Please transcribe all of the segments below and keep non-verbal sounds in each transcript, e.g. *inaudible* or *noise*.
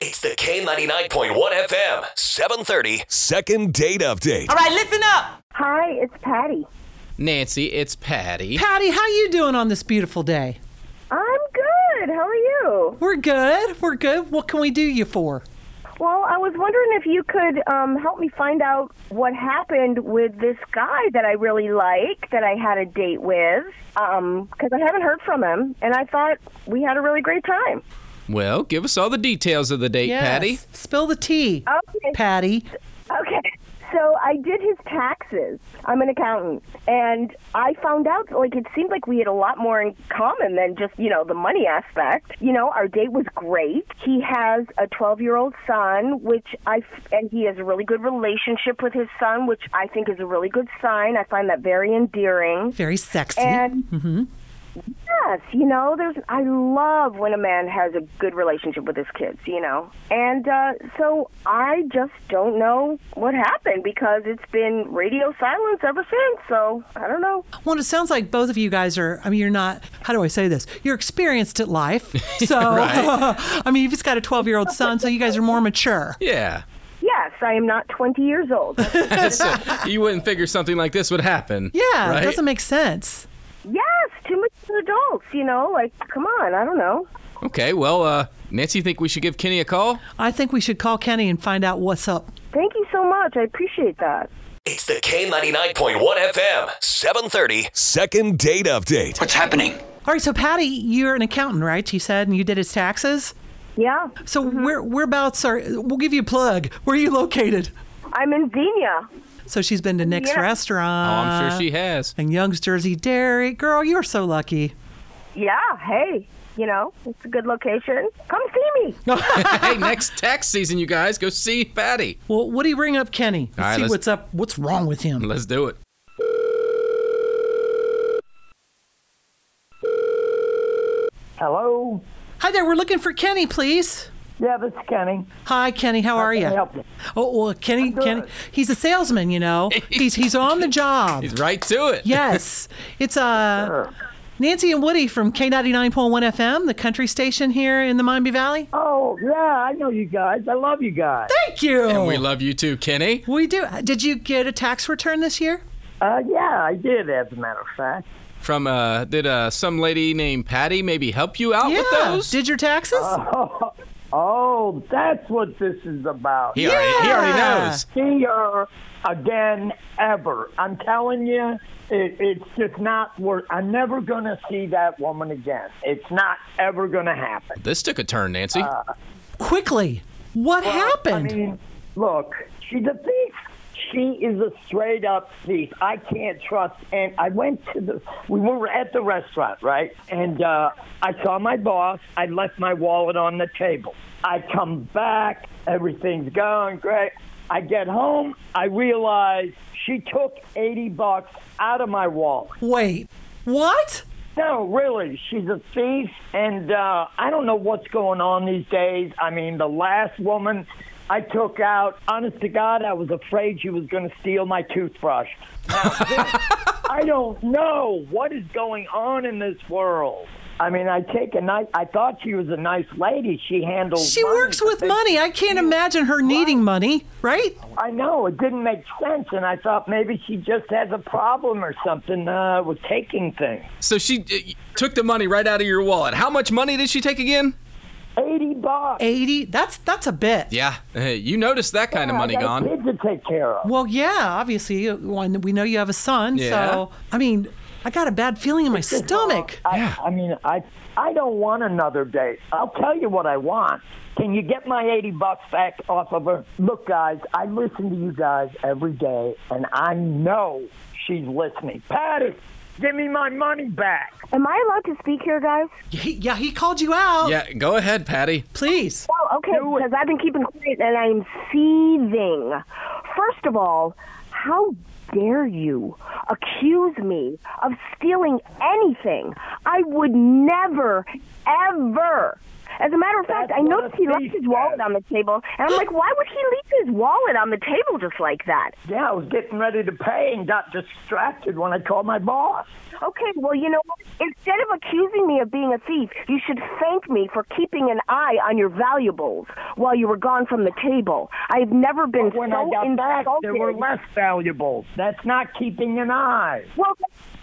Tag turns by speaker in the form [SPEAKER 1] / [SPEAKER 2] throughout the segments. [SPEAKER 1] It's the K99.1 FM, 730.
[SPEAKER 2] Second date update.
[SPEAKER 3] All right, listen up.
[SPEAKER 4] Hi, it's Patty.
[SPEAKER 5] Nancy, it's Patty.
[SPEAKER 3] Patty, how you doing on this beautiful day?
[SPEAKER 4] I'm good. How are you?
[SPEAKER 3] We're good. We're good. What can we do you for?
[SPEAKER 4] Well, I was wondering if you could um, help me find out what happened with this guy that I really like, that I had a date with, because I haven't heard from him, and I thought we had a really great time.
[SPEAKER 5] Well, give us all the details of the date,
[SPEAKER 3] Yes.
[SPEAKER 5] Patty.
[SPEAKER 3] Spill the tea.
[SPEAKER 4] Okay.
[SPEAKER 3] Patty.
[SPEAKER 4] Okay. So I did his taxes. I'm an accountant, and I found out like it seemed like we had a lot more in common than just you know the money aspect. You know, our date was great. He has a 12 year old son, which I f- and he has a really good relationship with his son, which I think is a really good sign. I find that very endearing.
[SPEAKER 3] Very sexy.
[SPEAKER 4] And yes, you know, there's I love when a man has a good relationship with his kids, you know. And uh, so I just don't know what happened because it's been radio silence ever since. So I don't know.
[SPEAKER 3] well, it sounds like both of you guys are, I mean, you're not, how do I say this? You're experienced
[SPEAKER 5] *laughs*
[SPEAKER 3] at life. So, *laughs* I mean, you've just got a 12 year old son, so you guys are more mature.
[SPEAKER 5] Yeah.
[SPEAKER 4] Yes, I am not 20 years old.
[SPEAKER 5] So you wouldn't figure something like this would happen.
[SPEAKER 3] Yeah,
[SPEAKER 5] right?
[SPEAKER 3] it doesn't make sense.
[SPEAKER 4] yes, too much for adults, you know. Like, come on, I don't know.
[SPEAKER 5] Okay, well, uh, Nancy, you think we should give Kenny a call?
[SPEAKER 3] I think we should call Kenny and find out what's up.
[SPEAKER 4] Thank you so much. I appreciate that.
[SPEAKER 1] It's the K99.1 FM, 730.
[SPEAKER 2] Second date update.
[SPEAKER 6] What's happening?
[SPEAKER 3] All right, so Patty, you're an accountant, right? You said, and you did his taxes.
[SPEAKER 4] Yeah,
[SPEAKER 3] So where whereabouts are? We'll give you a plug. Where are you located?
[SPEAKER 4] I'm in Xenia.
[SPEAKER 3] So she's been to Nick's
[SPEAKER 4] Yeah.
[SPEAKER 5] Oh,
[SPEAKER 3] restaurant.
[SPEAKER 5] I'm sure she
[SPEAKER 3] *laughs*
[SPEAKER 5] has.
[SPEAKER 3] And Young's Jersey Dairy. Girl, you're so lucky.
[SPEAKER 4] Yeah, hey, you know, it's a good location. Come see me.
[SPEAKER 5] hey, next tax season, you guys, go see Patty.
[SPEAKER 3] Well, what do you bring up, Kenny? Let's
[SPEAKER 5] All right,
[SPEAKER 3] see
[SPEAKER 5] let's-
[SPEAKER 3] what's up. What's wrong with him?
[SPEAKER 5] Let's do it.
[SPEAKER 7] Hello.
[SPEAKER 3] Hi there. We're looking for Kenny, please.
[SPEAKER 7] Yeah, this is Kenny.
[SPEAKER 3] Hi, Kenny. How are
[SPEAKER 7] can I
[SPEAKER 3] you?
[SPEAKER 7] help you?
[SPEAKER 3] Oh, well, Kenny. Kenny. He's a salesman.
[SPEAKER 5] *laughs*
[SPEAKER 3] You know. he's he's on the job.
[SPEAKER 5] He's right to it.
[SPEAKER 3] Yes. It's uh, Nancy and Woody from K99.1 FM, the country station here in the Miami Valley.
[SPEAKER 7] Oh, yeah, I know you guys. I love you guys.
[SPEAKER 3] Thank you.
[SPEAKER 5] And we love you too, Kenny.
[SPEAKER 3] we do. Did you get a tax return this year?
[SPEAKER 7] Uh, yeah, I did, as a matter of fact. *laughs*
[SPEAKER 5] From, uh, did uh, some lady named Patty maybe help you out with those?
[SPEAKER 3] Did your taxes?
[SPEAKER 7] Uh, Oh, that's what this is about.
[SPEAKER 5] he, already, he already
[SPEAKER 3] Yeah.
[SPEAKER 5] knows.
[SPEAKER 7] See her again ever. I'm telling you, it, it's just not worth. I'm never gonna see that woman again. It's not ever gonna happen.
[SPEAKER 5] This took a turn, Nancy.
[SPEAKER 3] Uh. Quickly. What happened?
[SPEAKER 7] I mean, look, she's a thief. She is a straight up thief. I can't trust. And I went to the, we were at the restaurant, right? And uh, I saw my boss. I left my wallet on the table. I come back. Everything's going great. I get home. I realize she took 80 bucks out of my wallet.
[SPEAKER 3] Wait. What?
[SPEAKER 7] No, really, she's a thief, and uh, I don't know what's going on these days. I mean, the last woman I took out, honest to God, I was afraid she was going to steal my toothbrush. Now,
[SPEAKER 3] *laughs*
[SPEAKER 7] this- I don't know what is going on in this world. I mean, I take a nice. I thought she was a nice lady. She handles.
[SPEAKER 3] She
[SPEAKER 7] money,
[SPEAKER 3] works
[SPEAKER 7] but
[SPEAKER 3] with
[SPEAKER 7] they-
[SPEAKER 3] money. I can't imagine her needing money, right?
[SPEAKER 7] I know it didn't make sense, and I thought maybe she just has a problem or something uh, with taking things.
[SPEAKER 5] So she uh, took the money right out of your wallet. How much money did she take again?
[SPEAKER 7] Eighty bucks.
[SPEAKER 3] 80? That's that's a bit.
[SPEAKER 5] Yeah, hey, you noticed that kind of money
[SPEAKER 7] I got Kids
[SPEAKER 5] gone.
[SPEAKER 7] to take care of.
[SPEAKER 3] Well, yeah, obviously, you- one, we know you have a son,
[SPEAKER 5] Yeah.
[SPEAKER 3] so I mean, I got a bad feeling in my stomach.
[SPEAKER 7] I, I mean, I I don't want another date. I'll tell you what I want. Can you get my 80 bucks back off of her? Look, guys, I listen to you guys every day, and I know she's listening. Patty, Give me my money back.
[SPEAKER 4] Am I allowed to speak here, guys?
[SPEAKER 3] He, yeah, he called you out.
[SPEAKER 5] Yeah, go ahead, Patty.
[SPEAKER 3] Please.
[SPEAKER 4] Oh, okay, because I've been keeping quiet and I'm seething. First of all, how dare you accuse me of stealing anything? I would never, ever. As a matter of fact,
[SPEAKER 7] That's
[SPEAKER 4] I
[SPEAKER 7] what
[SPEAKER 4] noticed
[SPEAKER 7] a
[SPEAKER 4] he left
[SPEAKER 7] thief
[SPEAKER 4] his wallet
[SPEAKER 7] does.
[SPEAKER 4] on the table, and I'm like, why would he leave his wallet on the table just like that?
[SPEAKER 7] Yeah, I was getting ready to pay and got distracted when I called my boss.
[SPEAKER 4] Okay, well, you know what? Instead of accusing me of being a thief, you should thank me for keeping an eye on your valuables while you were gone from the table. I've never been
[SPEAKER 7] When
[SPEAKER 4] so
[SPEAKER 7] I got back,
[SPEAKER 4] insulted.
[SPEAKER 7] there were less valuables. That's not keeping an eye.
[SPEAKER 4] Well,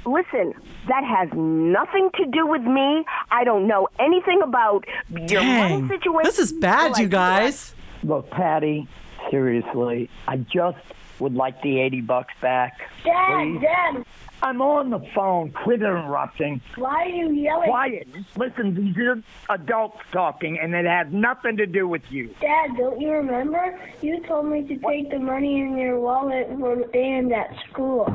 [SPEAKER 4] listen, that has nothing to do with me. I don't know anything about your money
[SPEAKER 3] Dang.
[SPEAKER 4] situation.
[SPEAKER 3] This is bad,
[SPEAKER 4] Like,
[SPEAKER 3] you guys.
[SPEAKER 7] Look, Patty, seriously, I just would like the 80 bucks back.
[SPEAKER 6] Dad, Dad,
[SPEAKER 7] I'm on the phone. Quit interrupting.
[SPEAKER 6] why are you yelling?
[SPEAKER 7] Quiet. Listen, these are adults talking, and it has nothing to do with you.
[SPEAKER 6] Dad, don't you remember? You told me to take the money in your wallet for band at school.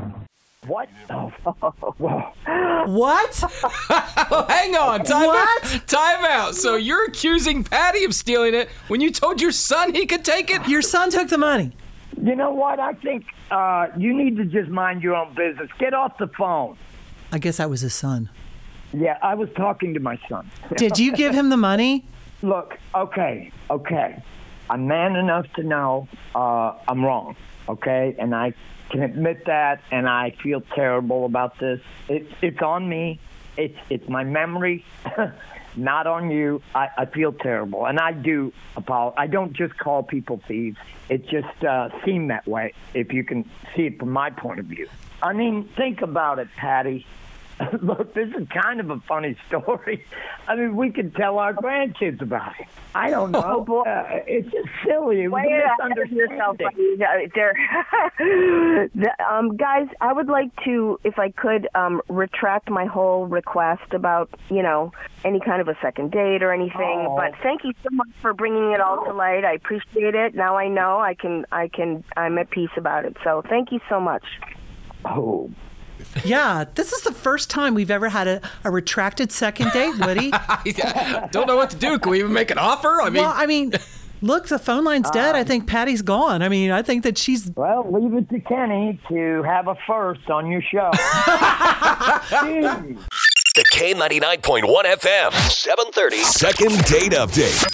[SPEAKER 7] What the *laughs* fuck?
[SPEAKER 3] What?
[SPEAKER 5] Oh, hang on. Time
[SPEAKER 3] What?
[SPEAKER 5] out. Time out. So you're accusing Patty of stealing it when you told your son he could take it? *laughs*
[SPEAKER 3] Your son took the money.
[SPEAKER 7] You know what? I think uh, you need to just mind your own business. Get off the phone.
[SPEAKER 3] I guess that was his son.
[SPEAKER 7] Yeah, I was talking to my son.
[SPEAKER 3] Did you give him the money?
[SPEAKER 7] Look, okay, okay. I'm man enough to know uh, I'm wrong, okay? And I can admit that, and I feel terrible about this. It's it's on me. It's it's my memory, *laughs* not on you. I, I feel terrible, and I do apologize. I don't just call people thieves. It just uh, seemed that way, if you can see it from my point of view. I mean, think about it, Patty. *laughs* Look, this is kind of a funny story. I mean, we could tell our grandkids about it. I don't know. Uh, it's just silly. It was
[SPEAKER 4] Oh, Way
[SPEAKER 7] a
[SPEAKER 4] ahead of yourself,
[SPEAKER 7] misunderstanding.
[SPEAKER 4] buddy. Uh, There, *laughs* The- um, guys. I would like to, if I could, um, retract my whole request about you know any kind of a second date or anything.
[SPEAKER 7] Oh.
[SPEAKER 4] But thank you so much for bringing it all to light. I appreciate it. Now I know I can, I can, I'm at peace about it. So thank you so much.
[SPEAKER 7] Oh,
[SPEAKER 3] Yeah, this is the first time we've ever had a, a retracted second date, Woody.
[SPEAKER 5] Don't know what to do. Can we even make an offer? I mean,
[SPEAKER 3] well, I
[SPEAKER 5] *laughs*
[SPEAKER 3] mean, look, the phone line's dead. I think Patty's gone. I mean, I think that she's.
[SPEAKER 7] well, leave it to Kenny to have a first on your show. Jeez.
[SPEAKER 1] The K99.1 FM, 730.
[SPEAKER 2] Second date update.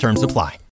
[SPEAKER 8] Terms apply.